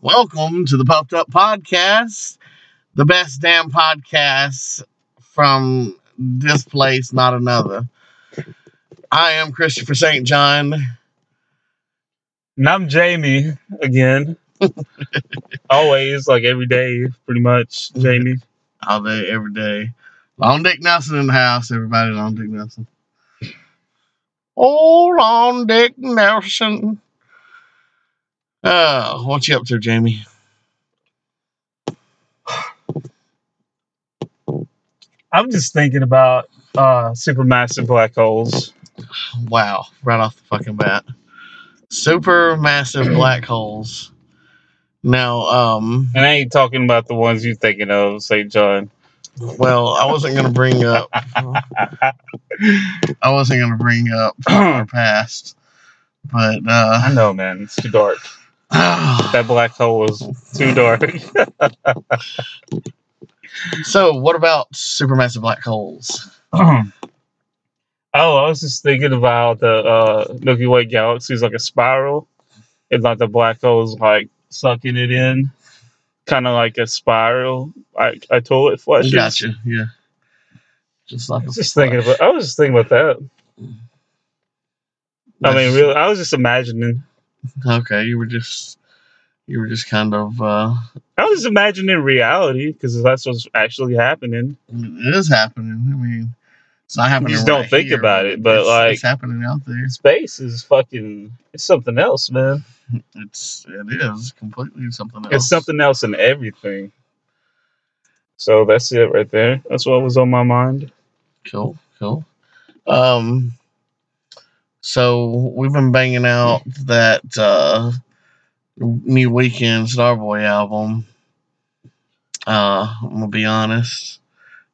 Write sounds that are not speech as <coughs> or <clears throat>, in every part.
Welcome to the Puffed Up Podcast, the best damn podcast from this place, not another. I am Christopher St. John. And I'm Jamie again. Always, like every day, pretty much. Jamie. all day, every day. Long Dick Nelson in the house, everybody. Long Dick Nelson. Oh, Long Dick Nelson. Uh, what you up to, Jamie? I'm just thinking about uh supermassive black holes. Wow, right off the fucking bat. Super massive black holes. Now, um, And I ain't talking about the ones you thinking of, St. John. well, I wasn't gonna bring up. I wasn't gonna bring up <clears throat> our past, but I uh, <sighs> know, man. It's too dark. That black hole was too dark. <laughs> so what about supermassive black holes? oh, I was just thinking about the uh, Milky Way galaxy is like a spiral. It's like the black hole's like sucking it in, kind of like a spiral, like a toilet flushes. Gotcha. Yeah. Just like I a was just thinking about. I was just thinking about that. I mean, really, I was just imagining. Okay, you were just you were just kind of uh, I was just imagining reality because that's what's actually happening. it is happening. I mean, it's not happening. just don't right think here, about it, but, it's, like- it's happening out there. Space is fucking. It's something else, man. It's it is completely something else. It's something else in everything. So that's it right there. That's what was on my mind. Cool, cool. Um, so we've been banging out that uh, new weekend Starboy album. Uh, I'm gonna be honest.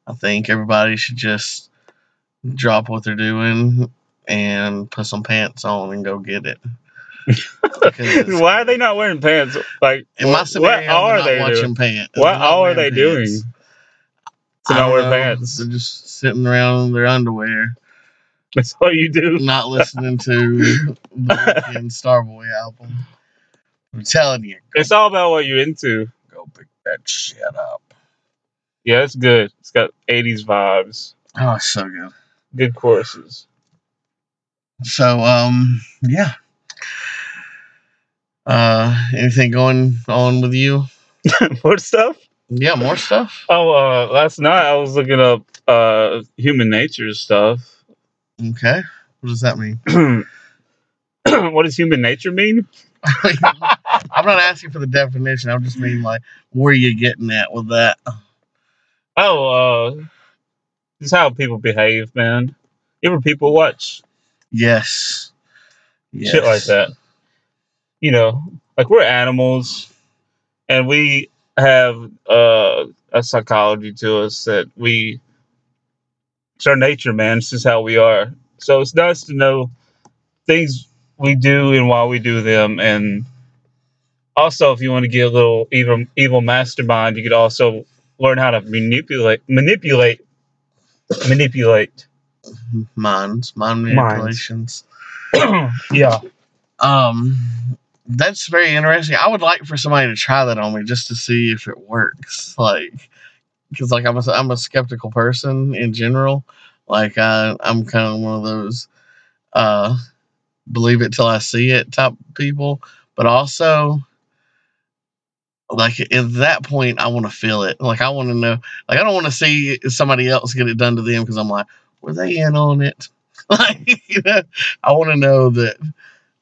I think everybody should just drop what they're doing and put some pants on and go get it. Because- <laughs> Why are they not wearing pants? Like, In my what, what scenario, are they're they not watching doing? pants. What They're not all are wearing they pants. doing to I not don't wear know. pants? They're just sitting around in their underwear. <laughs> That's all you do. not listening to the weekend Starboy album. I'm telling you, go, It's all about what you're into. go pick that shit up. Yeah, it's good. It's got 80s vibes. Oh, it's so good. <laughs> Good courses. So, um, yeah. Uh, anything going on with you? More stuff? Yeah, more stuff. Oh, uh, last night I was looking up uh, human nature stuff. <clears throat> Okay. What does that mean? <laughs> what does human nature mean? I'm not asking for the definition. I'm just mean like, where are you getting at with that? Oh, uh, it's how people behave, man. You ever people watch Yes. yes. shit like that? You know, like we're animals, and we have uh, a psychology to us that we. It's our nature, man. It's just how we are. So it's nice to know things we do and why we do them, and also if you want to get a little evil, evil mastermind, you could also learn how to manipulate, manipulate, manipulate. <coughs> Minds, mind manipulations. yeah. <laughs> Um, that's very interesting. I would like for somebody to try that on me just to see if it works. Like, because like I'm a I'm a skeptical person in general. Like I I'm kind of one of those uh believe it till I see it type people. But also, like at that point, I want to feel it. Like I want to know. Like I don't want to see somebody else get it done to them because I'm like, were they in on it? <laughs> like you know, I want to know that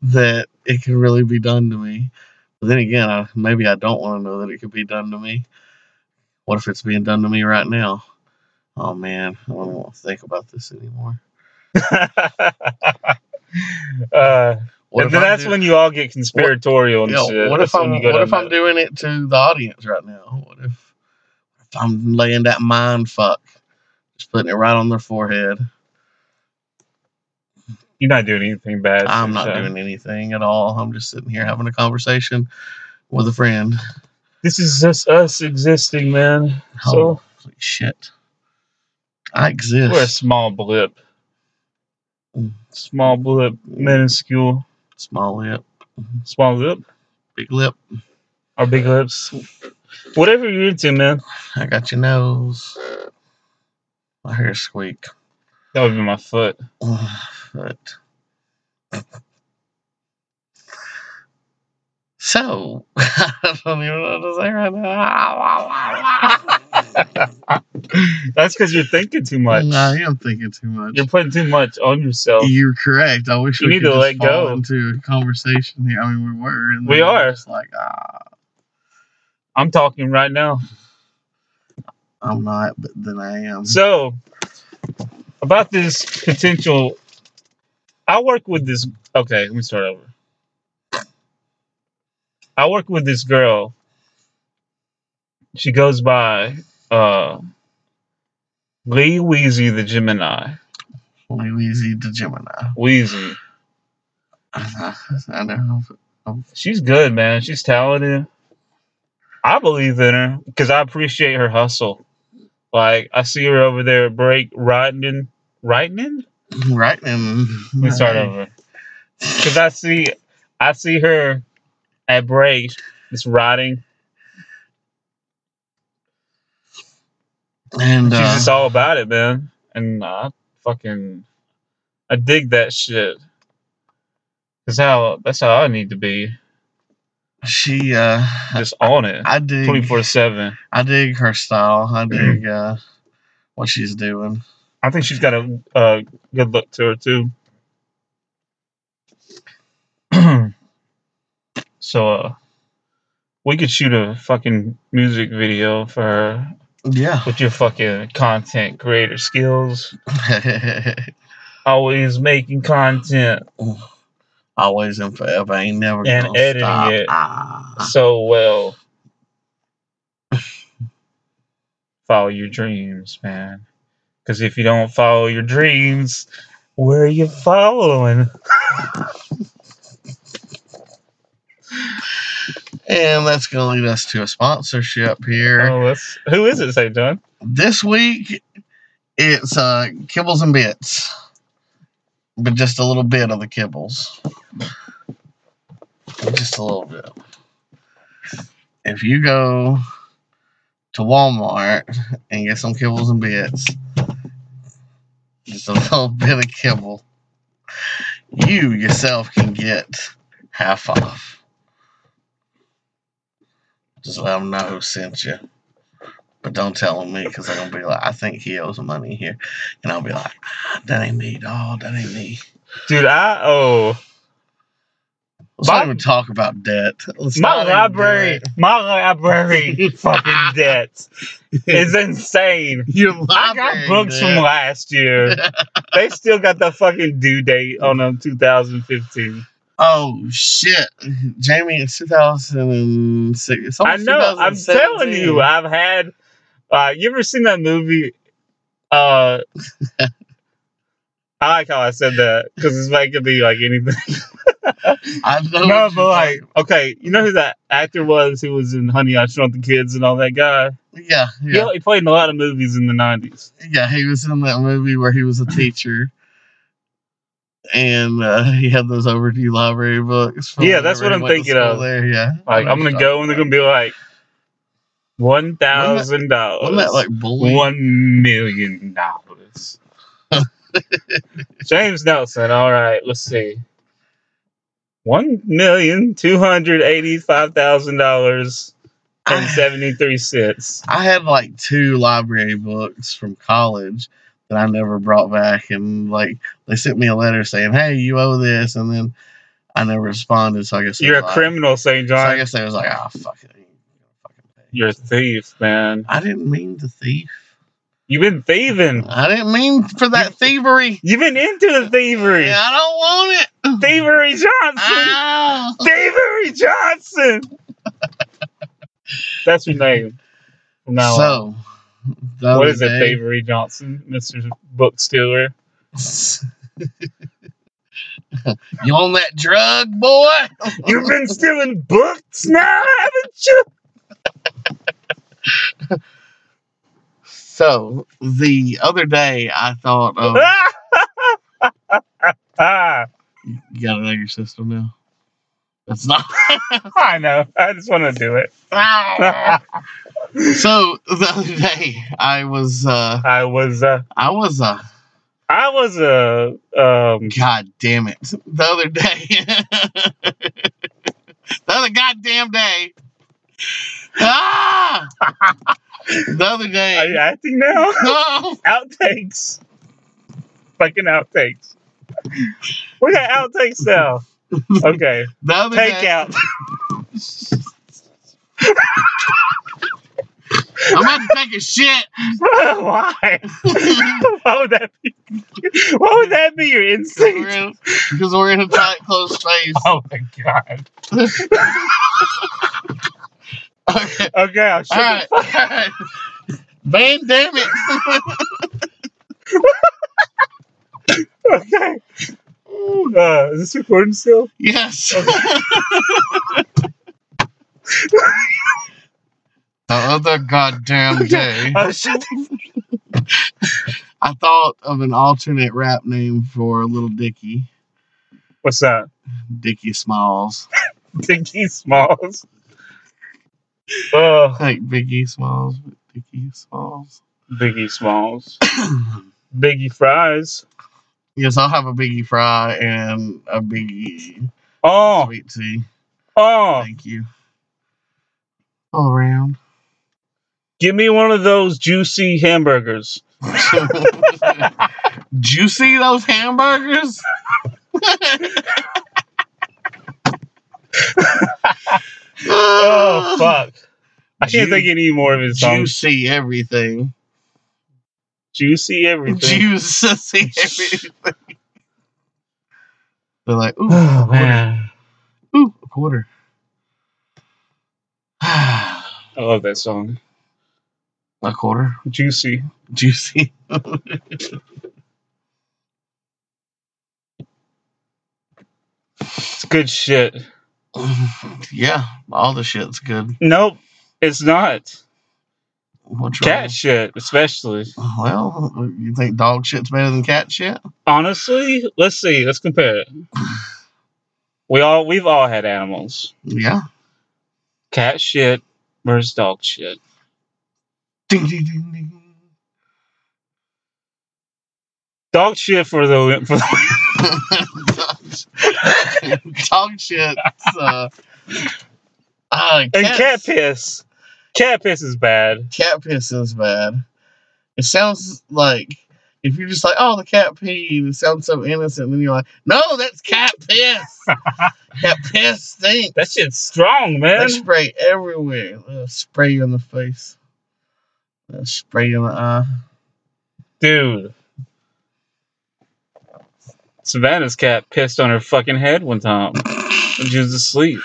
that it can really be done to me. But then again, I, maybe I don't want to know that it could be done to me. What if it's being done to me right now? Oh man, I don't even want to think about this anymore. uh, What and if then I'm that's doing- when you all get conspiratorial and Yeah, shit. what if That's when I'm you go what down if I'm that- doing it to the audience right now? What if if I'm laying that mind fuck, just putting it right on their forehead? You're not doing anything bad. I'm not so- doing anything at all. I'm just sitting here having a conversation with a friend. This is just us existing, man. So Holy shit, I exist. we're a small blip. Mm. Small blip, minuscule, Small lip, small blip. big lip. Our big lips. Whatever you're into, man. I got your nose. I hear a squeak. <sighs> That would be my foot. <laughs> Oh, foot. So, <laughs> I don't even know what to say right now. <laughs> That's because you're thinking too much. I am thinking too much. You're putting too much on yourself. You're correct. I wish You we need could to just let fall go. into a conversation here. I mean, we were. And We then are. Just like, ah, I'm talking right now. I'm not, but then I am. So, about this potential, I work with this. Okay, let me start over. I work with this girl. She goes by uh, Lee Weezy the Gemini. Louise to Gemini. <sighs> Weezy. I know. She's good, man. She's talented. I believe in her because I appreciate her hustle. Like I see her over there at break riding, riding. Right then. Let me start over because I see, I see her at break just riding. And She's uh, just all about it, man. And I fucking, I dig that shit. Cause how that's how I need to be, she, uh, just on it, I dig. twenty four seven. I dig her style. I Mm-hmm. dig uh, what she's doing. I think she's got a uh, good look to her too. <clears throat> so uh, we could shoot a fucking music video for her Yeah. with your fucking content creator skills. Always making content <laughs> Always and forever. Ain't never And gonna editing stop. it. Ah. so well. <laughs> Follow your dreams, man. Because if you don't follow your dreams, where are you following? And that's gonna lead us to a sponsorship here. Oh, that's, who is it, St. John? This week it's uh kibbles and bits. But just a little bit of the kibbles. Just a little bit. If you go to Walmart and get some kibbles and bits, just a little <laughs> bit of kibble, you yourself can get half off. Just let them know who sent you. But don't tell him me because they're gonna be like, I think he owes money here, and I'll be like, "Ah, that ain't me, dog. That ain't me. Dude, I oh Let's My- not even talk about debt. Let's my not even do library, it. <laughs> my library fucking debt is insane. Your I library got books debt. from <laughs> last year. they still got the fucking due date on them 2015. Oh shit, Jamie, it's 2006. It's I almost know. I'm telling 2017. you, I've had. Uh, you ever seen that movie? Uh, I like how I said that because it's like it could be like anything. I know. No, Oh, what but you like, okay, you know who that actor was who was in Honey I Shrunk the Kids and all that guy? yeah, He- yeah, He, played in a lot of movies in the nineties. yeah. He was in that movie where he was a teacher. And uh, he had those overdue library books. from Yeah, that's whenever what he I'm went to thinking of. school There, yeah. Like I'm gonna go and they're gonna be like one thousand Wasn't that dollars, like bullying? one <laughs> million dollars. James Nelson. All right, let's see. One million two hundred eighty-five thousand dollars and I, seventy-three cents. I had like two library books from college that I never brought back, and like they sent me a letter saying, "Hey, you owe this," and then I never responded. So I guess it You're was a like- criminal, St. So I John. guess they was like, "Ah, fuck it." you fucking pay." You're a thief, man. I didn't mean to thief. You've been thieving. I didn't mean for that thievery. You've been into the thievery. Yeah, Ah. I don't <laughs> want it. Thievery Johnson. Ow. Davery Johnson. That's your name. From now on. So, the What other is it, day- Davery Johnson, Mr. Book Stealer? <laughs> you on that drug, boy? You've been stealing books now, haven't you? So the other day, I thought of <laughs> you gotta know your system now. It's not. <laughs> I know. I just want to do it. so the other day, I was, uh, I was, uh, I was, uh, I was, uh, um, God damn it. The other day. <laughs> the other goddamn day. Ah! the other are you <laughs> day. acting now? Oh, outtakes. Fucking outtakes. <laughs> We got outtakes now. Okay. <laughs> the other day. Takeout. <laughs> I'm about to take a shit. <laughs> Why? Why would that be? Why would that be your We're instinct? in- Because we're in a tight, close space. Oh my god. Okay. Okay, I'll shut All the right. fuck- All right. Man, damn it. <laughs> Okay. Uh, is this recording <laughs> still? Yes. <laughs> the other goddamn day. Oh, shit. I thought of an alternate rap name for Little Dicky, <laughs> What's that? Dicky Smalls. Dinky Smalls. Oh, Like Biggie Smalls, but Dicky Smalls. Biggie <coughs> Smalls. Biggie Fries. yes, I'll have a Biggie Fry and a Biggie Oh, Sweet Tea. oh. Thank you. All around. Give me one of those juicy hamburgers. Juicy those hamburgers? Oh, fuck. I can't Ju- think of any more of his songs. Juicy everything. Juicy everything. <laughs> Juicy everything. They're like, ooh, a Oh, quarter. man. Ooh, a quarter. <sighs> I love that song. a quarter. Juicy. Juicy. <laughs> It's good shit. yeah, all the shit's good. Nope, it's not. What's wrong? Cat shit, especially. Well, you think dog shit's better than cat shit? Honestly, let's see. Let's compare it. We all we've all had animals. Yeah. Cat shit versus dog shit. Ding, ding, ding, ding. Dog shit for the for the, <laughs> dog shit's uh, uh, and cats- cat piss. Cat piss is bad. cat piss is bad. It sounds like if you're just like, oh, the cat peed, it sounds so innocent. And then you're like, no, that's cat piss. <laughs> cat piss stinks. That shit's strong, man. They spray everywhere. They'll spray you in the face. They'll spray you in the eye. Dude. Savannah's cat pissed on her fucking head one time when she was asleep.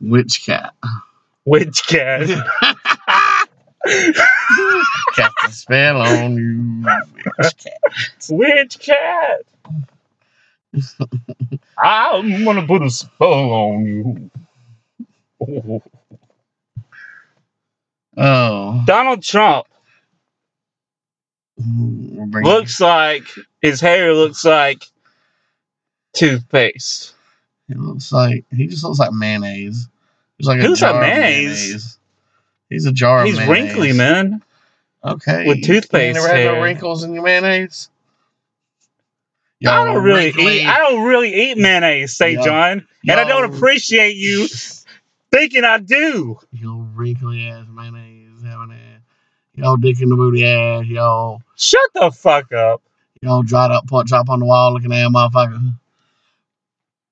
Witch cat. Witch cat. Got the spell on you. Witch cat. Witch cat. I'm gonna put a spell on you. Ooh. Oh. Donald Trump We're bringing- looks like his hair looks like toothpaste. It looks like he just looks like mayonnaise. He's like a Who's a jar of mayonnaise? He's a jar He's of mayonnaise. wrinkly, man. Okay. With you- you ain't toothpaste never had no hair. wrinkles in your mayonnaise. I Y'all don't really wrinkly- eat. I don't really eat mayonnaise, St. Y'all- John, and I don't y'all- appreciate you thinking I do. Y'all wrinkly ass mayonnaise having ass. Y'all dick in the booty ass. Y'all Shut the fuck up. y'all dried up pork chop on the wall looking at a motherfucker.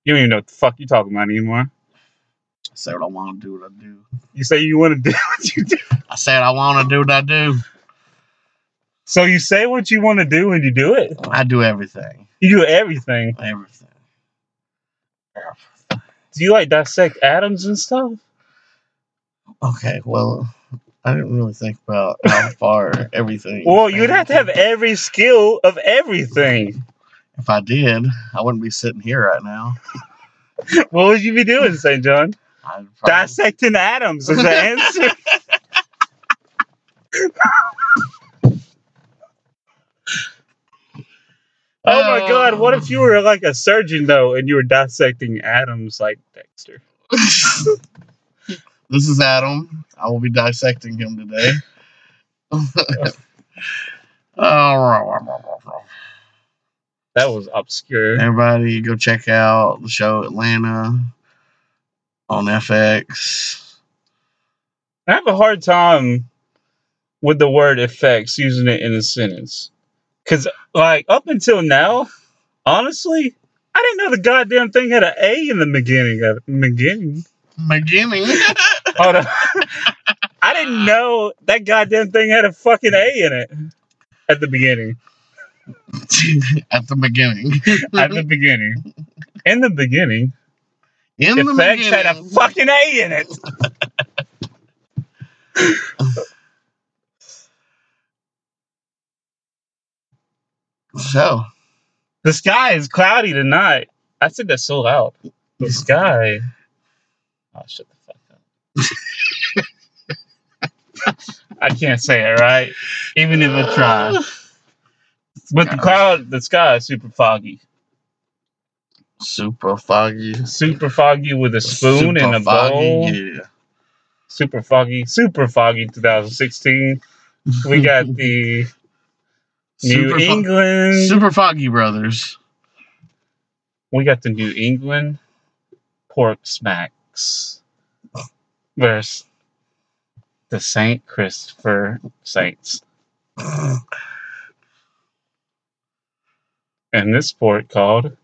You don't even know what the fuck you talking about anymore. I say what I want to do what I do. You say you want to do <laughs> what you do. I said I want to do what I do. So you say what you want to do and you do it. I do everything. You do everything. Everything. Do you like dissect atoms and stuff? Okay, well, I didn't really think about <laughs> how far everything. Well, you'd have to have every skill of everything. If I did, I wouldn't be sitting here right now. What would you be doing, St. John? I'd probably- Dissecting atoms is the answer. Oh my Uh, god, what if you were like a surgeon though and you were dissecting atoms like Dexter? <laughs> this is Adam. I will be dissecting him today. <laughs> That was obscure. Everybody, go check out the show Atlanta on FX. I have a hard time with the word effects using it in a sentence. Cause like up until now, honestly, I didn't know the goddamn thing had an A in the beginning of beginning. Beginning. <laughs> Hold on. I didn't know that goddamn thing had a fucking A in it at the beginning. At the beginning. At Mm-hmm. the beginning. In the beginning, In the effects had a beginning. fucking A in it. So, The sky is cloudy tonight. I said that so loud. The sky. Oh, shut the fuck up. I can't say it right, even if I try. But the cloud, the sky is super foggy. Super foggy. Super foggy with a spoon Super and a foggy, bowl. Yeah. Super foggy, super foggy 2016. <laughs> We got the New Super, fo- England. Super Foggy Brothers. we got the New England Pork Smacks versus the St. Christopher Saints. And this port called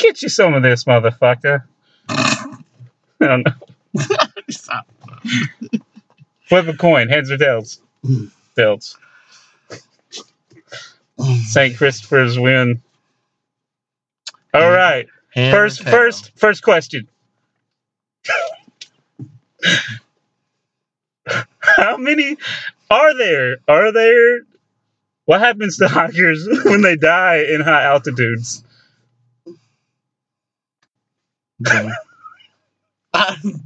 Get you some of this, motherfucker. I don't know. Stop. Flip a coin, heads or tails? Hmm. Tails. St. Christopher's win. All right. Hand First, and tail. <laughs> first, first question. How many are there? Are there? What happens to hikers <laughs> when they die in high altitudes? Okay.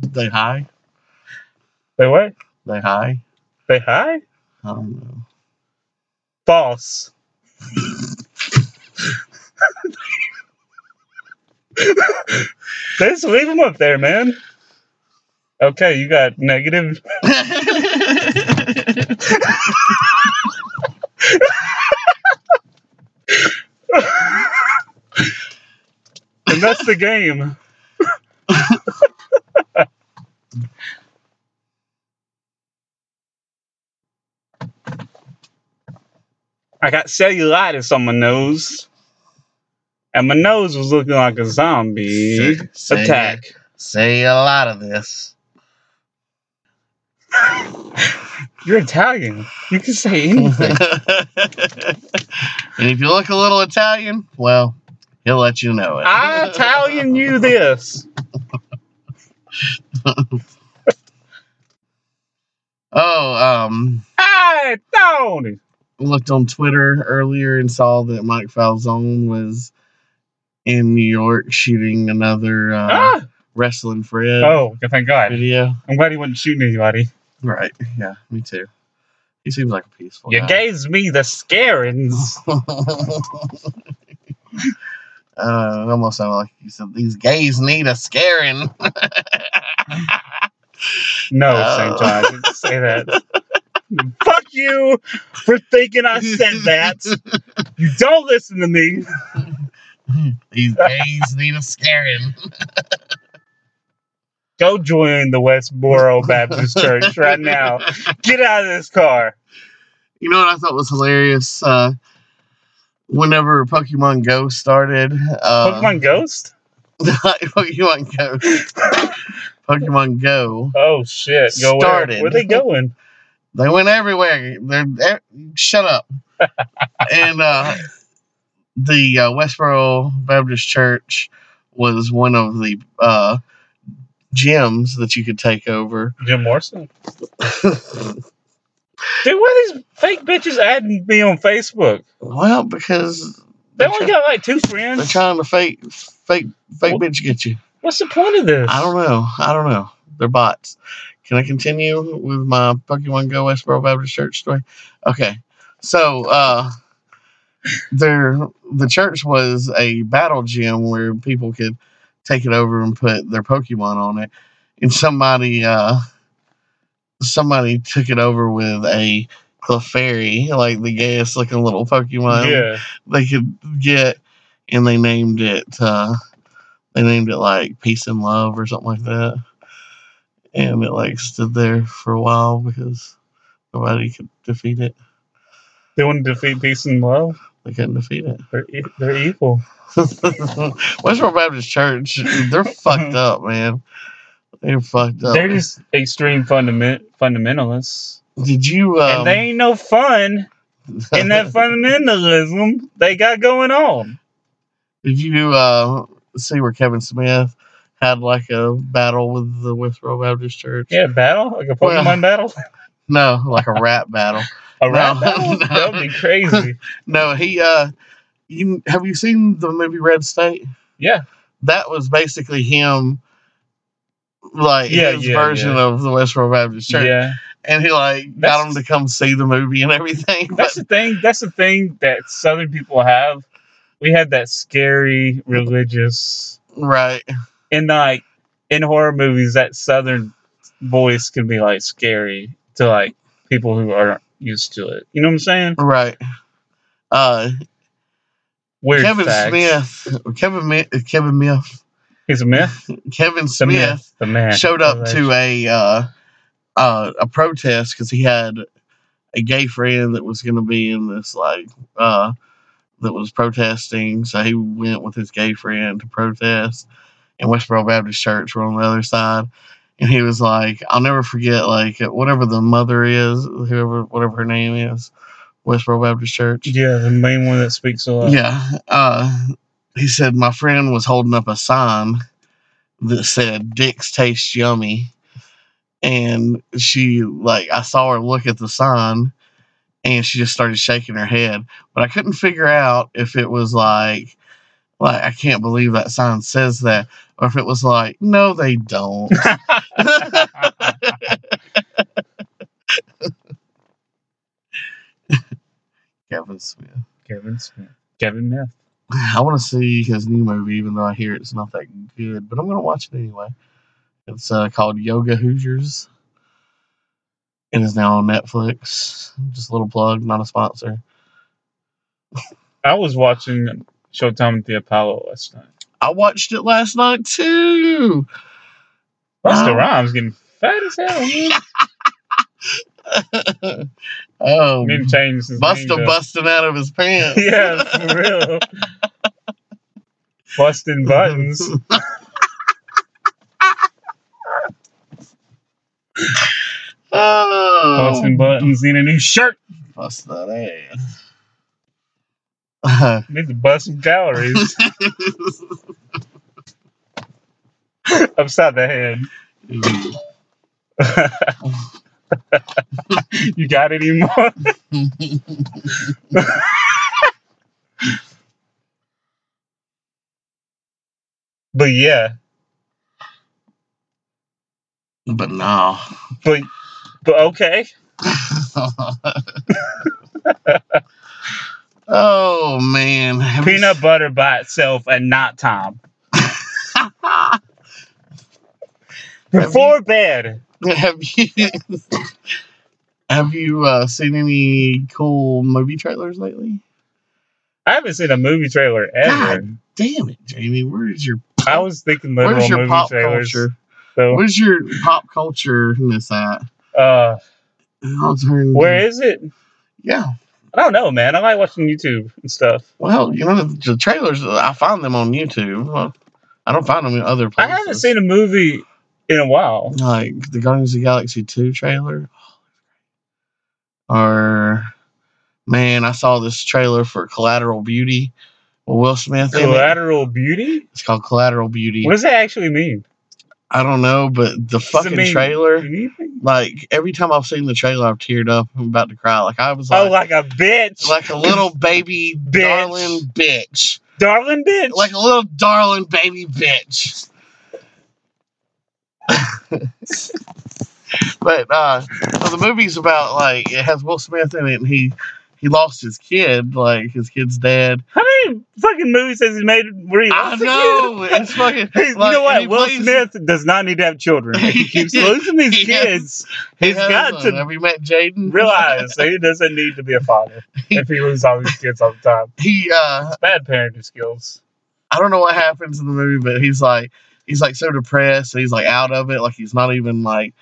they high. They what? They high. They high? I don't know. <laughs> False. <laughs> Just leave them up there, man. Okay, you got negative. and that's the game. <laughs> I got cellulitis on my nose, and my nose was looking like a zombie Say- say- attack. Say a lot of this. You're Italian. You can say anything. <laughs> and if you look a little Italian, well, he'll let you know it. I Italian you this. oh, um, I Tony. looked on Twitter earlier and saw that Mike Falzone was in New York shooting another uh, Ah! wrestling Fred Oh, okay, thank God. video. I'm glad he wasn't shooting anybody. Right. Yeah, me too. He seems like a peaceful You guy. <laughs> gave me the scarings. uh, it almost sounded like you said these gays need a scaring. <laughs> No, Oh. St. John, I didn't say <laughs> that. Fuck you for thinking I said that. You don't listen to me. these gays need a scaring. Go join the Westboro Baptist Church right now. Get out of this car. You know what I thought was hilarious? Uh, whenever Pokemon Go started, uh, Pokemon Ghost? <laughs> Pokemon Go, <laughs> Pokemon Go, Oh shit! Go Started. where? Where they going? they went everywhere. They're, they shut up. and uh, the uh, Westboro Baptist Church was one of the uh, gyms that you could take over. Jim Morrison. Dude, why these fake bitches adding me on Facebook? Well, because They they're, only try- got like two they're friends. trying to fake, fake, fake bitch get you. What's the point of this? I don't know. I don't know. They're bots. Can I continue with my Pokemon Go Westboro Baptist Church story? Okay. So uh there the church was a battle gym where people could take it over and put their Pokemon on it, and somebody uh somebody took it over with a Clefairy, like the gayest looking little Pokemon yeah. they could get, and they named it uh they named it like Peace and Love or something like that, and it like stood there for a while because nobody could defeat it. They want to defeat peace and love. They couldn't defeat it. <laughs> They're, e- they're evil. Westboro Baptist Church, <laughs> they're fucked up, man. They're fucked up. They're just extreme fundament fundamentalists. Did you? Um, and they ain't no fun <laughs> in that fundamentalism they got going on. did you uh, see where Kevin Smith had like a battle with the Westboro Baptist Church? Yeah, battle? Like a Well- <laughs> Pokemon battle? No, like a rap battle. A rap No, battle? no. That would be <laughs> crazy. No, he. Uh, you have you seen the movie Red State? Yeah. That was basically him, like Yeah, his yeah, version yeah. of the Westboro Baptist Church, Yeah. and he like got That's- him to come see the movie and everything. but- That's the thing. That's the thing that Southern people have. We have that scary religious right. and like in horror movies. That Southern voice can be like scary to like people who aren't used to it. You know what I'm saying? Right. Uh, Weird Kevin facts. Smith, Kevin, Mi- Kevin Miff, He's a myth. Kevin It's a Smith myth. The man showed up to a uh, uh, a protest because he had a gay friend that was going to be in this like uh, that was protesting, so he went with his gay friend to protest. And Westboro Baptist Church were on the other side, and he was like, "I'll never forget like whatever the mother is, whoever whatever her name is, Westboro Baptist Church." Yeah, the main one that speaks a lot. Yeah. Uh, he said, My friend was holding up a sign that said, Dicks taste yummy. And she, like, I saw her look at the sign and she just started shaking her head. But I couldn't figure out if it was like, like, I can't believe that sign says that, or if it was like, no, they don't. <laughs> Kevin Smith. <laughs> Kevin Smith. Kevin Myth. I want to see his new movie, even though I hear it's not that good, but I'm going to watch it anyway. It's uh, called Yoga Hoosiers and is now on Netflix. Just a little plug, not a sponsor. I was watching Showtime at the Apollo last night. I watched it last night too. Busta Wow. Rhymes getting fat as hell. <laughs> Man. oh, Need to change his name Busta to- busting out of his pants. <laughs> yeah, for real. <laughs> Busting <laughs> buttons. oh, Busting buttons. Need a new shirt. bust that ass. <laughs> Need to bust some calories. <laughs> Upside the head. you got any more? <laughs> But yeah, but no. but but okay. <laughs> oh man, Have you Peanut butter by itself at night time. Before bed. <laughs> Have you <laughs> have you uh, seen any cool movie trailers lately? I haven't seen a movie trailer ever. Damn it, Jamie! Where is your I was thinking literal where's your movie pop trailers. culture? So, Where's your pop cultureness at? uh, I'll turn. where is it? Yeah. I don't know, man. I like watching YouTube and stuff. Well, you know the, the trailers. I find them on YouTube. Well, I don't find them in other I places. haven't seen a movie in a while. like the Guardians of the Galaxy 2 trailer. Or man, I saw this trailer for Collateral Beauty with Will Smith in it. Collateral Beauty? It's called Collateral Beauty. What does that actually mean? I don't know, but the Does it fucking mean trailer, anything? like every time I've seen the trailer, I've teared up. I'm about to cry. Like I was Oh, like, like a bitch. like a little baby <laughs> Bitch. darling bitch. Darling bitch. Like a little darling baby bitch. but uh, so the movie's about like it has Will Smith in it, and he he lost his kid, like his kid's dead. How many fucking movies has he made where he I lost a kid? <laughs> know it's fucking. He's- you like, know what? he Will plays- Smith does not need to have children. If <laughs> he keeps losing these He has- kids, he he's has got one. to Have you met Jaden? realize <laughs> eh? that he doesn't need to be a father if he loses all these kids all the time. he uh, It's bad parenting skills. I don't know what happens in the movie, but he's like he's like so depressed. and He's like out of it. Like he's not even like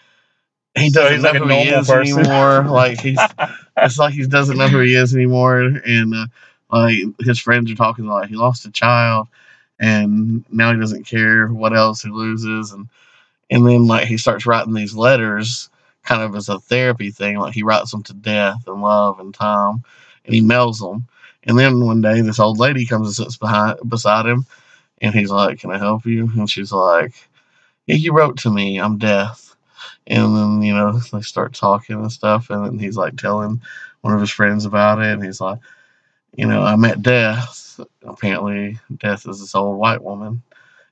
he So doesn't he's know like a who he normal is person. anymore. Like <laughs> he's it's like he doesn't know who he is anymore. And uh, like his friends are talking like he lost a child, and now he doesn't care what else he loses. And and then like he starts writing these letters, kind of as a therapy thing. Like he writes them to death and love and time, and he mails them. And then one day, this old lady comes and sits behind beside him, and he's like, "Can I help you?" And she's like, "Yeah, you wrote to me. I'm deaf." And then you know they start talking and stuff, and then he's like telling one of his friends about it, and he's like, "You know, I met death. Apparently, death is this old white woman."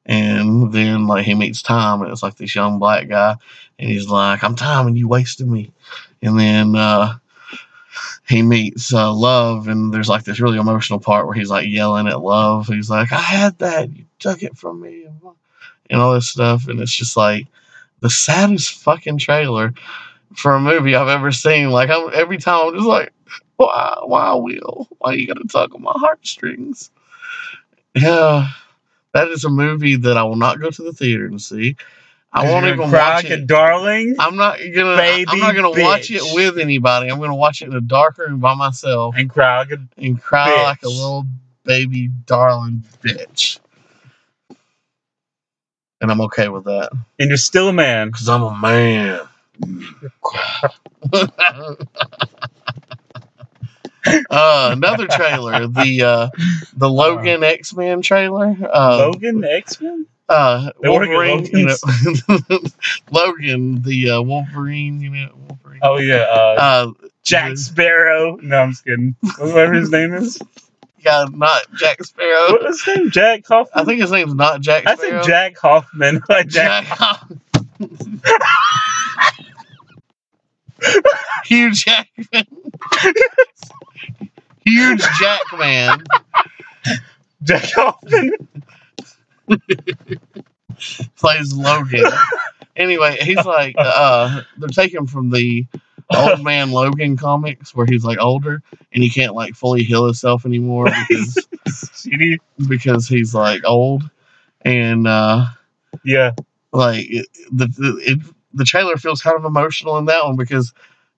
And then like he meets Tom, and it's like this young black guy, and he's like, "I'm Tom, and you wasted me." And then uh, he meets uh, Love, and there's like this really emotional part where he's like yelling at Love. He's like, "I had that, you took it from me," and all this stuff. And it's just like the saddest fucking trailer for a movie I've ever seen. Like I'm, every time I'm just like, "Why, why will? Why you gotta tug on my heartstrings?" Yeah, that is a movie that I will not go to the theater and see. I won't You're even cry watch like it. a darling. I'm not gonna. Baby I'm not gonna watch it bitch. with anybody. I'm gonna watch it in a dark room by myself And cry like a and cry Bitch. like a little baby darling bitch. And I'm okay with that and you're still a man. because I'm a man. uh, another <laughs> trailer, the uh, the Logan X Men trailer. Uh, Uh-huh. Logan X Men. uh, They wanna get Wolverine, you know, <laughs> Logan, the uh, Wolverine, you know, Wolverine. Oh yeah, uh, Uh, Jack Sparrow. No, I'm just kidding. Whatever his name is. Yeah, not Jack Sparrow. What was his name? Jack Hoffman. I think his name's not Jack I Sparrow. think Jack Hoffman. <laughs> Like Jack. Jack. <laughs> Hugh Jackman. Huge Jackman. Jack Hoffman. plays Logan. anyway, he's like, uh, they're taken from the old man Logan comics where he's like older and he can't like fully heal himself anymore because, <laughs> Shitty. because he's like old. And, uh, Yeah. like it, the the, it, the trailer feels kind of emotional in that one because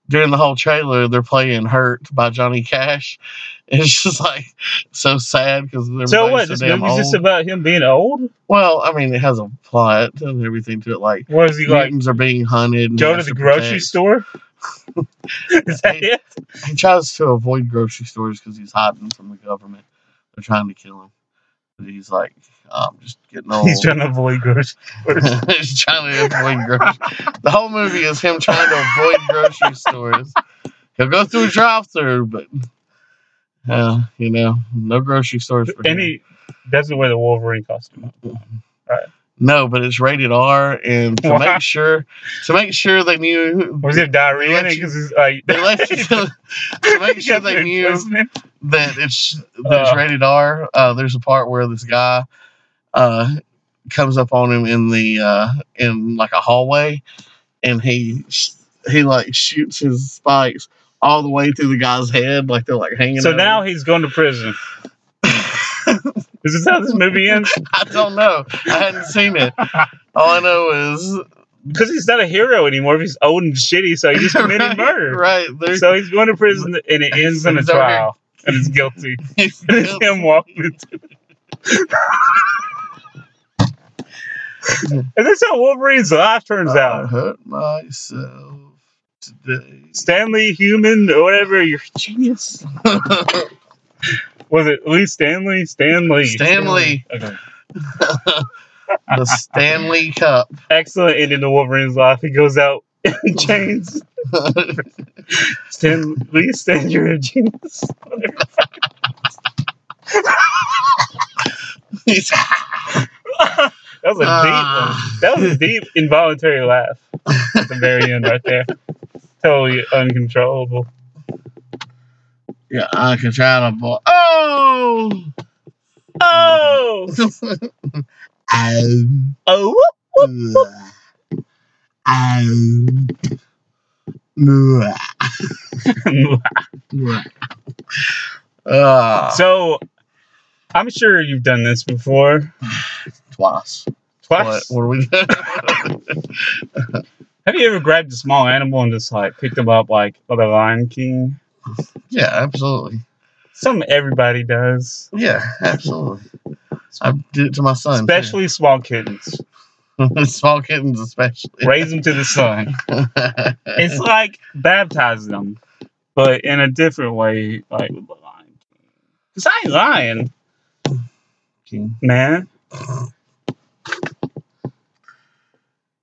during the whole trailer they're playing "Hurt" by Johnny Cash. <laughs> It's just like so sad because they're So what? so This damn movie's old. just about him being old. well, I mean, it has a plot and everything to it. Like What is he like? mutants are being hunted. and he Go to has the grocery protect- store. <laughs> is that it? He tries to avoid grocery stores because he's hiding from the government. They're trying to kill him, but he's like, I'm just getting old. <laughs> <laughs> He's trying to avoid grocery. He's <laughs> trying to avoid grocery. The whole movie is him trying to avoid grocery stores. He'll go through a drive-through, but uh, you know, no grocery stores for <laughs> him. And he doesn't wear the Wolverine costume. No, but it's rated R, and to Why? make sure, to make sure they knew, Was it diarrhea? They let you- Because he's <laughs> like they <laughs> left it to, to make sure Got the they knew replacement. that it's that it's Uh. rated R. Uh, there's a part where this guy uh, comes up on him in the uh, in like a hallway, and he sh- he like shoots his spikes all the way through the guy's head, like they're like hanging. So over. now he's going to prison. is this how this movie ends? <laughs> I don't know. I hadn't seen <laughs> it. All I know is Because he's not a hero anymore. If he's old and shitty, so he just <laughs> committed right, murder. Right there. So he's going to prison, and it ends in a He's over here. trial, and he's guilty. <laughs> And it's him walking into. and that's how Wolverine's life turns I out. hurt myself today. Stanley Human or whatever, you're a genius. Was it Lee Stanley? Stanley. Stanley. Okay. the Stanley Cup. <laughs> Excellent ending to Wolverine's life. He goes out <laughs> in <laughs> chains. Stan Lee Stan, you're a genius. Whatever. He's that was a Ah. deep one. That was a deep involuntary laugh at the very end right there. Totally uncontrollable. Yeah, uncontrollable. Oh, Oh, um, oh, <laughs> uh, um, uh, uh, so I'm sure you've done this before. twice. What, Twice. what are we doing? <laughs> Have you ever grabbed a small animal and just like picked them up like the Lion King? yeah, absolutely. Something everybody does, Yeah, absolutely. I did it to my son. too. especially small kittens. <laughs> small kittens, especially. <laughs> Raise them to the sun. It's like baptizing them, but in a different way, like with the Lion King. Cause I ain't lying, man.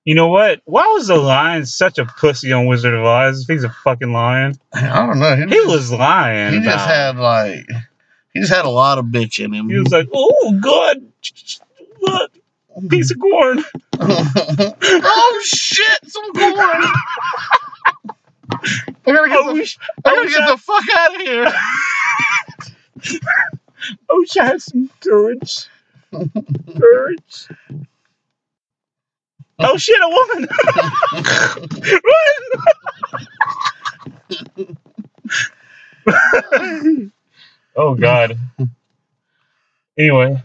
You know what? Why was the lion such a pussy on Wizard of Oz? If he's a fucking lion, I don't know. He, he was lying. He just about it. had like. He just had a lot of bitch in him. He was like, "Oh God, what piece of corn?" <laughs> oh shit! Some corn. <laughs> I gotta get, I the, wish, I I gotta wish, Oh, get I, the fuck out of here. I wish I had some courage. Courage. Oh shit! A woman. Run! <laughs> oh God. Anyway.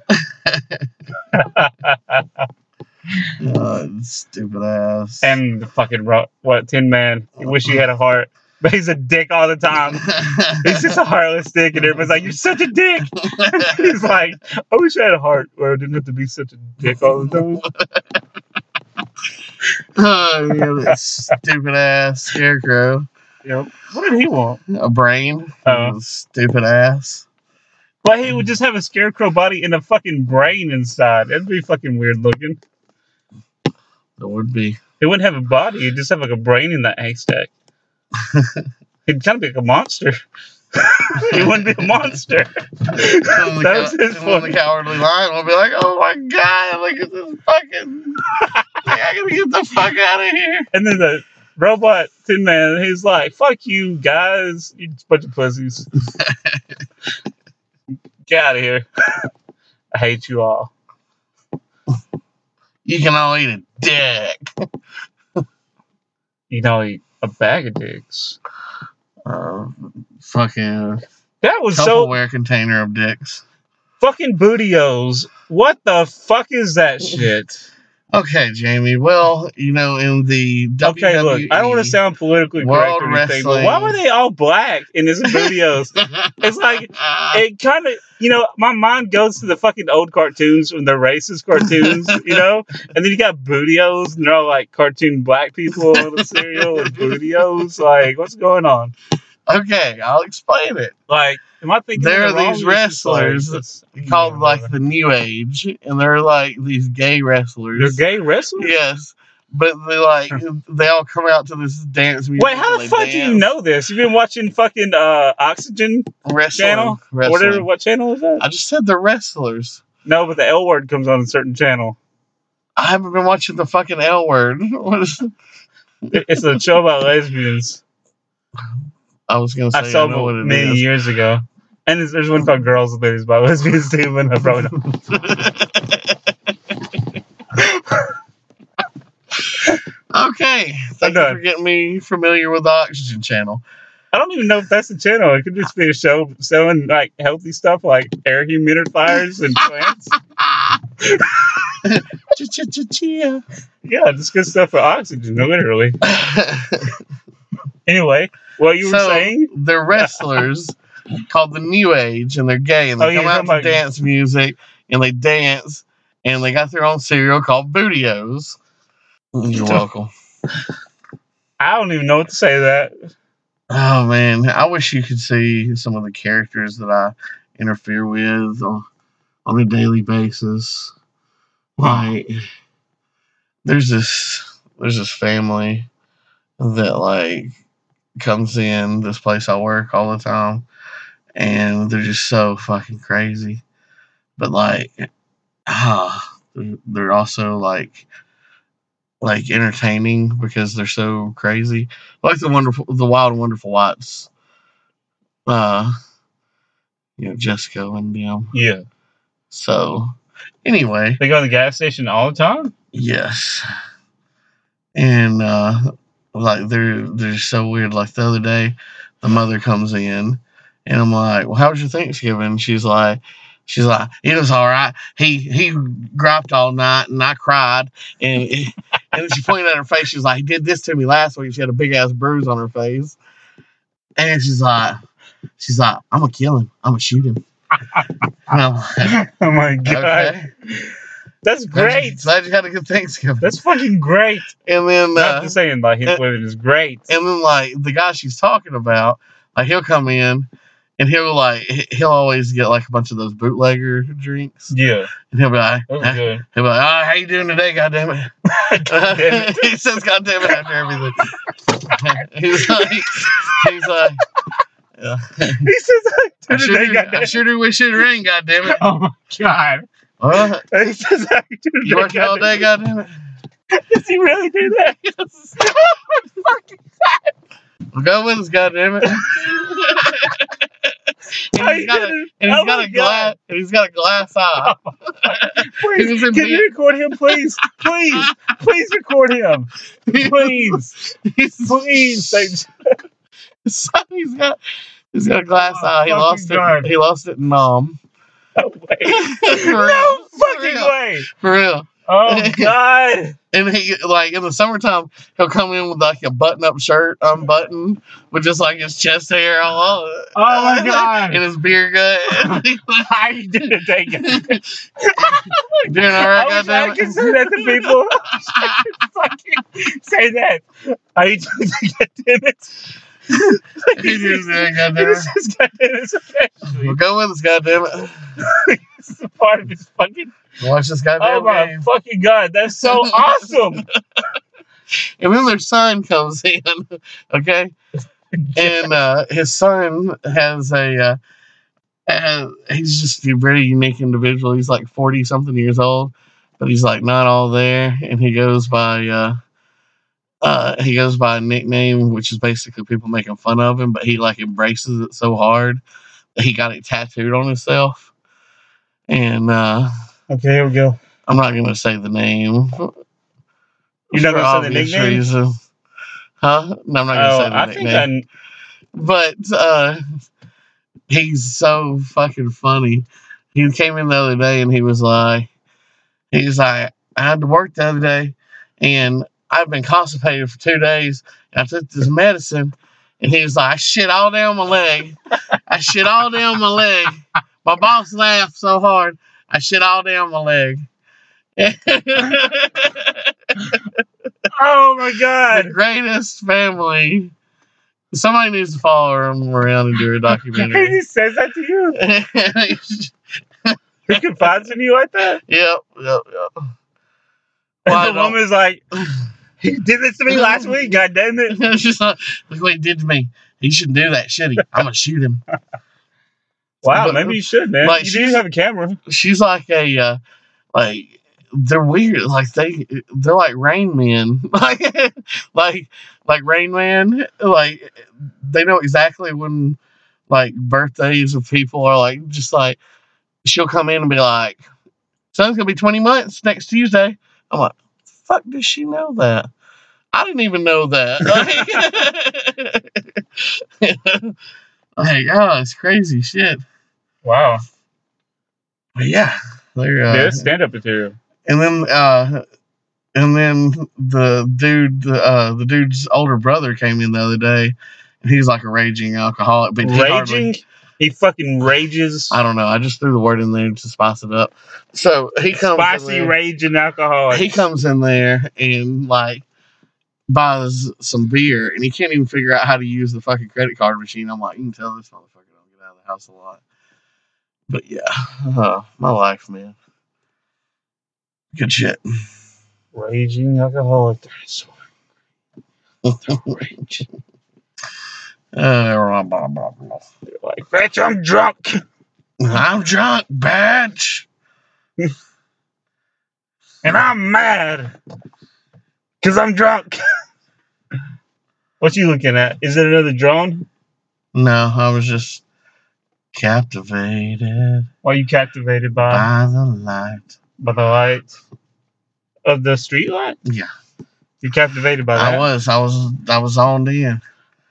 Oh, stupid ass. and the fucking ro- what Tin Man. You wish you had a heart, <laughs> but he's a dick all <laughs> the time. He's just a heartless dick, and everybody's like, "You're such a dick." <laughs> he's like, "I wish I had a heart where I didn't have to be such a dick all the time." oh, yeah, that stupid ass scarecrow. Yep. What did he want? A brain. Oh. Stupid ass. But he would just have a scarecrow body and a fucking brain inside. That'd be fucking weird looking. That would be. He wouldn't have a body. He'd just have like a brain in that <laughs> haystack. He'd kind of be like a monster. <laughs> he wouldn't be a monster. And that was the, his cow- and when point. the cowardly lion will be like, oh my god, look at this <laughs> fucking. I gotta get the fuck out of here. And then the robot Tin Man, he's like, "Fuck you guys, you bunch of <laughs> pussies, get out of here. <laughs> I hate you all." You can all eat a dick. You know, he- a bag of dicks. Uh, fucking That was so Tupperware container of dicks. fucking bootios. What the fuck <laughs> is that shit? Okay, Jamie. Well, you know, in the E Okay, look, I don't want to sound politically correct World or anything, but Wrestling. why were they all black in his <laughs> videos? it's like Ah, it kind of you know my mind goes to the fucking old cartoons when they're racist cartoons <laughs> you know and then you got bootios and they're all like cartoon black people on the cereal and bootios like what's going on okay, I'll explain it. like am i thinking There of the are wrong these races? wrestlers Like, it's- Called like the New Age, and they're like these gay wrestlers. they're gay wrestlers Yes, but they like they all come out to this dance music. Wait, how and the they fuck do you dance. know this? You've been watching fucking uh, Oxygen, wrestling? Channel? wrestling. whatever. What channel is that? I just said the wrestlers. No, but the L word comes on a certain channel. I haven't been watching the fucking L word. <laughs> What is- It- It's a show <laughs> about lesbians. I was gonna say I I, saw know what it it is. many years ago. And there's- there's one called Girls with Ladies by <laughs> Lesbians too, but I probably not. Okay, thank you done. for getting me familiar with the Oxygen Channel. I don't even know if that's the channel. It could just be a show selling like healthy stuff like air humidifiers and <laughs> plants. <laughs> Ch-ch-ch-chia. yeah, just good stuff for oxygen, literally. Anyway, what you were So, saying? <laughs> They're wrestlers called the New Age, and they're gay, and Oh, they you're come out talking to about- dance music, and they dance, and they got their own cereal called Bootios. You're welcome. I don't even know what to say to that. Oh man, I wish you could see some of the characters that I interfere with on, on a daily basis. Like, there's this there's this family that like comes in this place I work all the time, and they're just so fucking crazy. But like, ah, they're- they're also like like entertaining because they're so crazy like the wonderful the wild and wonderful Watts. Uh you know, Jesco and them. Yeah. So, anyway, They go to the gas station all the time? yes. And uh, like they're they're so weird. Like the other day, the mother comes in, and I'm like, "Well, how was your Thanksgiving?" She's like, "She's like, it was all right. He he griped all night, and I cried." And and then she pointed at her face. She's like, "He did this to me last week." She had a big ass bruise on her face, and she's like, "She's like, I'm gonna kill him. I'm gonna shoot him." And I'm like, <laughs> <laughs> oh my God. Okay. That's Glad you- great. Glad you had a good Thanksgiving. That's fucking great. and then, Not uh, just saying like his uh, women is great. and then, like the guy she's talking about, like he'll come in, and he'll like he- he'll always get like a bunch of those bootlegger drinks, Yeah. and he'll be like, That was eh, good. <laughs> he'll be like, oh, how you doing today? God damn <laughs> it! damn it. <laughs> he says, God damn it after everything. <laughs> he's like, he's like, yeah. He says I I do sure, <laughs> today, do, I goddamn. sure do wish it rained. God damn <laughs> it! Oh my god. Well, He says I do today, you working all day? goddamn. God damn it! Does he really do that? Well, go with us, God <laughs> damn it! <laughs> and How you he's got a doing? And he's Oh got my a glass. God. And he's got a glass eye. <laughs> He Please, was in can bed. you record him, please? Please, please record <laughs> him. Please, he's, <laughs> please. They- so he's got he's got a glass Oh, eye. He fucking lost God. it. He lost it in Nom. no way. <laughs> for real, No fucking real. way. for real. <laughs> Oh god. And he like in the summertime he'll come in with like a button up shirt unbuttoned with just like his chest hair all over it, Oh my <laughs> and god. his beer gut. <laughs> <laughs> He's like, How you doing today? goddamn? <laughs> Doing all I right, wish goddamn I it. could say that to people. <laughs> I could fucking say that. How you doing today? Goddamn it. <laughs> He did that, It goddamn is just goddamn it's it. Well, okay. go with us, goddamn it. This is part of his fucking Watch this Oh goddamn my game. fucking god, that's <laughs> so awesome. And then their son comes in, <laughs> okay? And uh, his son has a, uh, uh, he's just a very unique individual. He's like 40 something years old, but he's like not all there. And he goes by, uh, uh, he goes by a nickname, which is basically people making fun of him, but he like embraces it so hard that he got it tattooed on himself. And uh, Okay, here we go. I'm not going to say the name. You're for not gonna say the obvious nickname? reason. Huh? No, I'm not gonna say Oh, the I nickname. think I But uh, he's so fucking funny. He came in the other day and he was like, he was like, I had to work the other day, and I've been constipated for two days. And I took this medicine, and he was like, I shit all down my leg. I shit all down my leg. My boss laughed so hard. I shit all down my leg. <laughs> Oh my the <laughs> god. greatest family. Somebody needs to follow him around and do a And documentary. he says that to you. <laughs> yep, yep, He confides in you like that. yep. Well, I And the don't- woman's like, he did this to me last week. God damn it. <laughs> it's just like, look what he did to me. He shouldn't do that, should he? I'm gonna shoot him. Wow, But- maybe you should, man. like, you do she's- have a camera. She's like a, uh, like they're weird. Like they, they're like Rain Men. <laughs> Like, like, like Rain Man. Like they know exactly when, like birthdays of people are like just like. She'll come in and be like, son's gonna be 20 months next Tuesday. I'm like, fuck, does she know that? I didn't even know <laughs> that. Like, <laughs> like, oh, it's crazy shit. Wow. But yeah, they're Yeah, uh, that's stand up material. and then uh, and then the dude, the, uh, the dude's older brother came in the other day, and he's like a raging alcoholic. But he hardly- Raging. He fucking rages. I don't know. I just threw the word in there to spice it up. So he comes in Spicy there- raging alcohol. he comes in there and like buys some beer and he can't even figure out how to use the fucking credit card machine. I'm like, you can tell this motherfucker don't get out of the house a lot. But yeah, uh, my life, man. Good shit. Raging alcoholic. That's Rage. Uh, blah, blah, blah, blah. Like, bitch, I'm drunk. I'm drunk, bitch. and I'm mad because I'm drunk. <laughs> what you looking at? Is it another drone? No, I was just captivated Are you captivated by by the light. by the light of the street light? Yeah, You captivated by that? I was, I was, I was on in.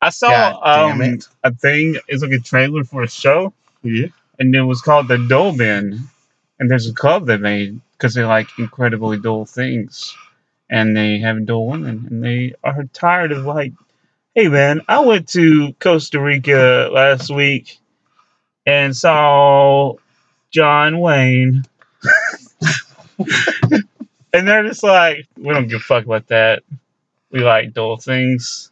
I saw God damn um, it. a thing. It's like a trailer for a show, Yeah, and it was called the Dole Bin. And there's a club they made because they like incredibly dull things, and they have dull women, and they are tired of like, hey man, I went to Costa Rica last week and saw John Wayne, <laughs> and they're just like, we don't give a fuck about that. We like dull things.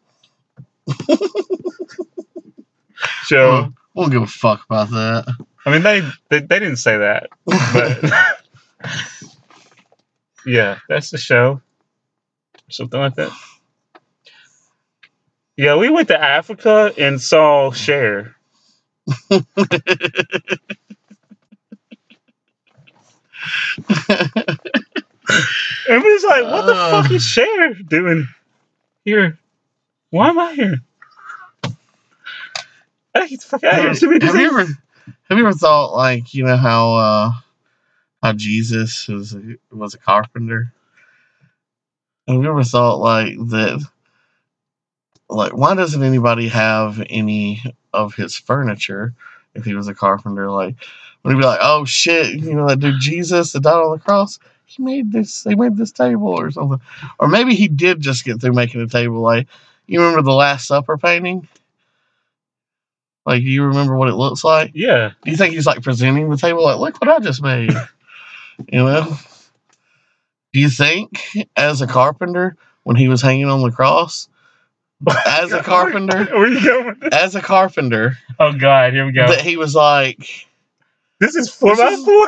so. we'll, we'll give a fuck about that. I mean, they they, they didn't say that, <laughs> but <laughs> yeah, that's the show, something like that. Yeah, we went to Africa and saw Cher. and we was like, what the Uh. fuck is Cher doing here? Why am I here? Hey, get the fuck out of here. have She be you diseased. ever, have you ever thought like you know how uh how Jesus was a, was a carpenter? Have you ever thought like that? Like, why doesn't anybody have any of his furniture if he was a carpenter? Like, would he be like, oh shit, you know, that dude Jesus that died on the cross? He made this, they made this table or something. Or maybe he did just get through making a table. Like, you remember the Last Supper painting? Like, do you remember what it looks like? Yeah. Do you think he's like presenting the table like, look what I just made? <laughs> you know? Do you think as a carpenter, when he was hanging on the cross, as a carpenter, Where you going with this? as a carpenter, Oh God, here we go. that he was like, this is four This by is- four.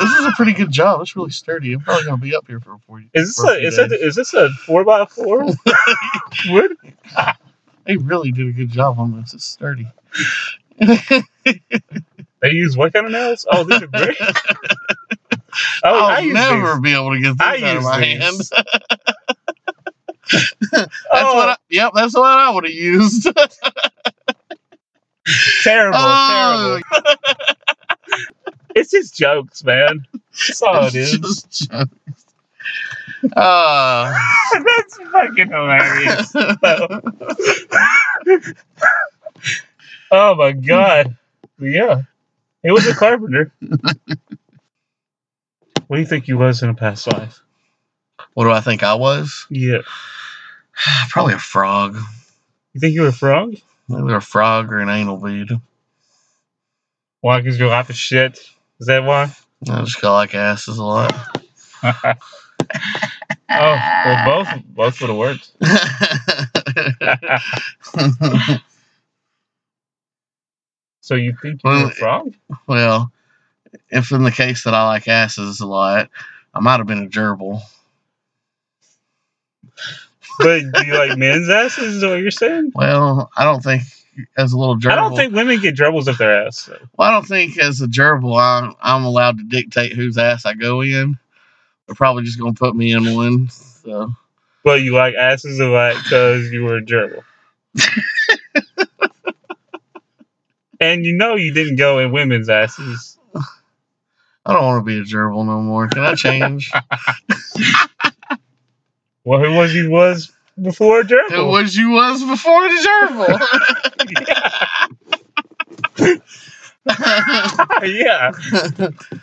This is a pretty good job. It's really sturdy. I'm probably gonna be up here for forty. Is this for a few is, that, days." is this a four by <laughs> four? Wood? They really did a good job on this. It's sturdy. They use what kind of nails? Oh, these <laughs> are great. Oh, I'll I use never these. be able to get this I out of my use hand. <laughs> these. That's oh, what I, yep, that's what I would have used. terrible, Oh. <laughs> terrible. It's just jokes, man. That's all It's <laughs> it is. just jokes. Uh, That's <laughs> fucking hilarious. though. oh my god. Yeah. He was a <laughs> carpenter. what do you think he was in a past life? what do I think I was? <sighs> Yeah. Probably a frog. You think you were a frog? Either a frog or an anal bead. Why? Because your life is shit. Is that why? <laughs> I just feel like asses a lot. <laughs> oh, well, both both would have worked. so you think you were a frog? well, if in the case that I like asses a lot, I might have been a gerbil. But do you like men's asses? Is what you're saying? Well, I don't think as a little gerbil. I don't think women get gerbils up their ass. though. Well, I don't think as a gerbil I'm, I'm allowed to dictate whose ass I go in. They're probably just gonna put me in one. So But you like asses a lot because you were a gerbil. and you know you didn't go in women's asses. I don't want to be a gerbil no more. Can I <laughs> change? Well, who was you was before a It gerbil? was you was before the gerbil. <laughs> <laughs> <laughs>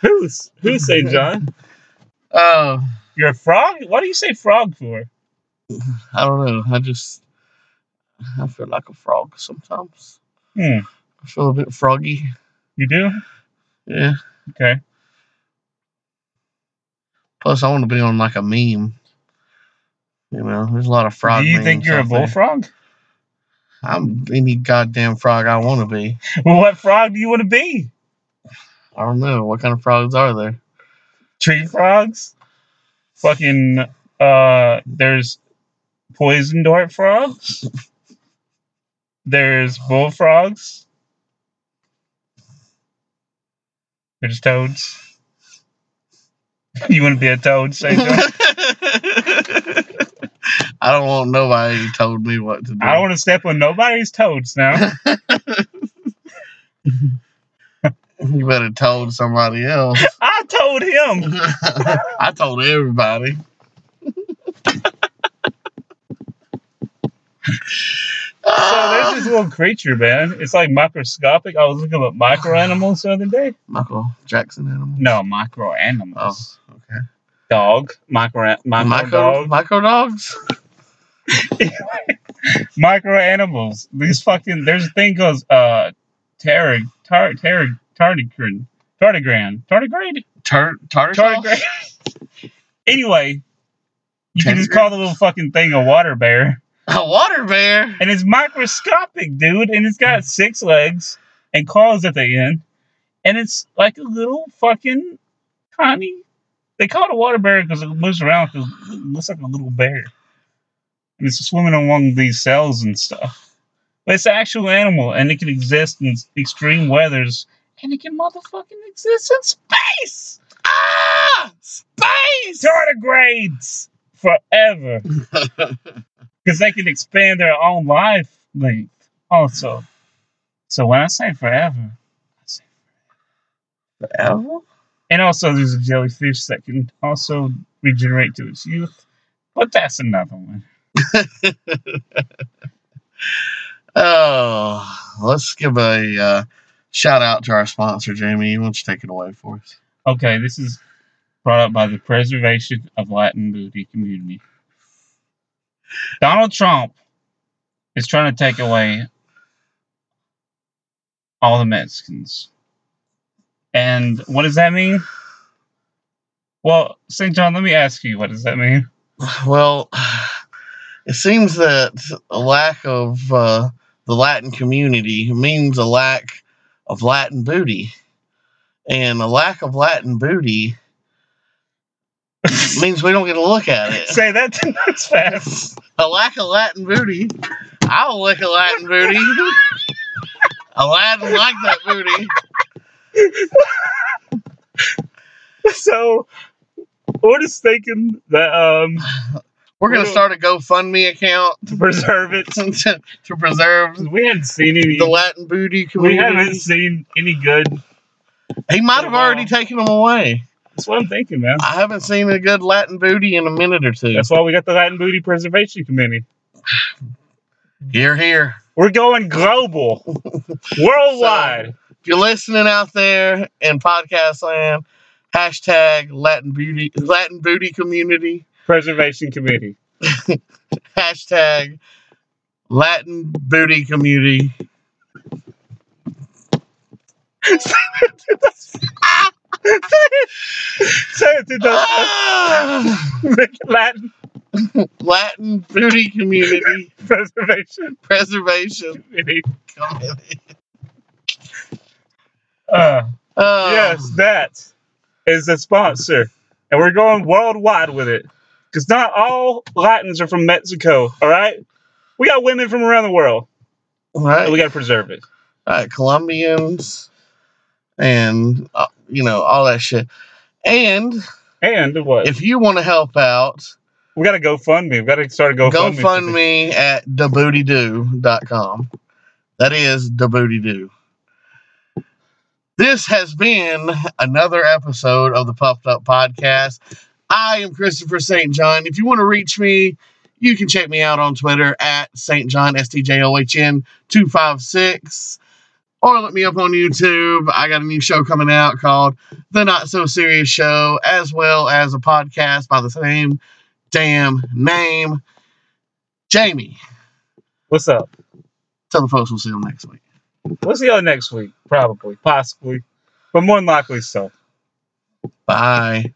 yeah. Who's who's St. John? oh, You're a frog? Why do you say frog for? I don't know. I just I feel like a frog sometimes. Hmm. I feel a bit froggy. You do? Yeah. Okay. Plus, I want to be on like a meme. You know, there's a lot of frog. do you memes think you're a out there. bullfrog? <laughs> I'm any goddamn frog I want to be. Well, what frog do you want to be? I don't know what kind of frogs are there. Tree frogs? Fucking uh there's poison dart frogs. There's bullfrogs. There's toads. <laughs> You want to be a toad, say <laughs> I don't want nobody who told me what to do. I don't want to step on nobody's toads now. You better told somebody else. I told him. I told everybody. So there's this little creature, man. It's like microscopic. I was looking up micro animals the other day. <laughs> Michael Jackson animal. No, micro animals. Okay. Dog. Micro, micro, Oh. Micro dog. micro dogs. Micro animals. These fucking. There's a thing goes. Uh, tardig, tar, tardig, tardigran, tardigran, tardigrade, Tur- tartar tardigrade. sauce? <laughs> anyway, you can just call the little fucking thing a water bear. A water bear. and it's microscopic, dude, and it's got six legs and claws at the end, and it's like a little fucking tiny. They call it a water bear because it moves around because it looks like a little bear, and it's swimming along these cells and stuff. But it's an actual animal, and it can exist in extreme weathers, and it can motherfucking exist in space. Ah! Space. Tardigrades forever. because they can expand their own life length also. So when I say forever, I say, Forever? and also there's a jellyfish that can also regenerate to its youth, but that's another one. Oh, let's give a uh, shout out to our sponsor, Jamie. Why don't you take it away for us? Okay, this is brought up by the Preservation of Latin Booty Community. Donald Trump is trying to take away all the Mexicans. And what does that mean? Well, St. John, let me ask you, what does that mean? Well, it seems that a lack of uh, the Latin community means a lack of Latin booty. And a lack of Latin booty means we don't get to look at it. Say that <laughs> to us fast. A lack of Latin booty. I'll lick a Latin booty. A Latin like that booty. So, we're just thinking that um, We're going to start a GoFundMe account <laughs> to preserve it. to, to preserve We hadn't seen any. the Latin booty We haven't community. seen any good. He might have already taken them away. That's what I'm thinking, man. I haven't seen a good Latin booty in a minute or two. That's why we got the Latin Booty Preservation Committee. You're here. We're <laughs> going global, worldwide. If you're listening out there in podcast land, hashtag Latin booty, Latin booty community, Preservation Committee. hashtag Latin booty community. Say it to the Ah! <laughs> Latin Latin booty <laughs> community Preservation preservation Committee. community. Uh, Oh, yes, that is the sponsor, and we're going worldwide with it. Because not all Latins are from Mexico. All right, we got women from around the world, All and right. we got to preserve it. uh, Colombians, and uh, you know all that shit. And And what? if you want to help out, we got to GoFundMe. We got to start a GoFundMe. GoFundMe at theBootyDoo.com. That is theBootyDoo. This has been another episode of the Puffed Up Podcast. I am Christopher St. John. If you want to reach me, you can check me out on Twitter at St. John, S-T-J-O-H-N 256. Or look me up on YouTube. I got a new show coming out called The Not So Serious Show, as well as a podcast by the same damn name. Jamie, What's up? tell the folks we'll see them next week. We'll see y'all next week, probably, possibly, but more than likely so. Bye.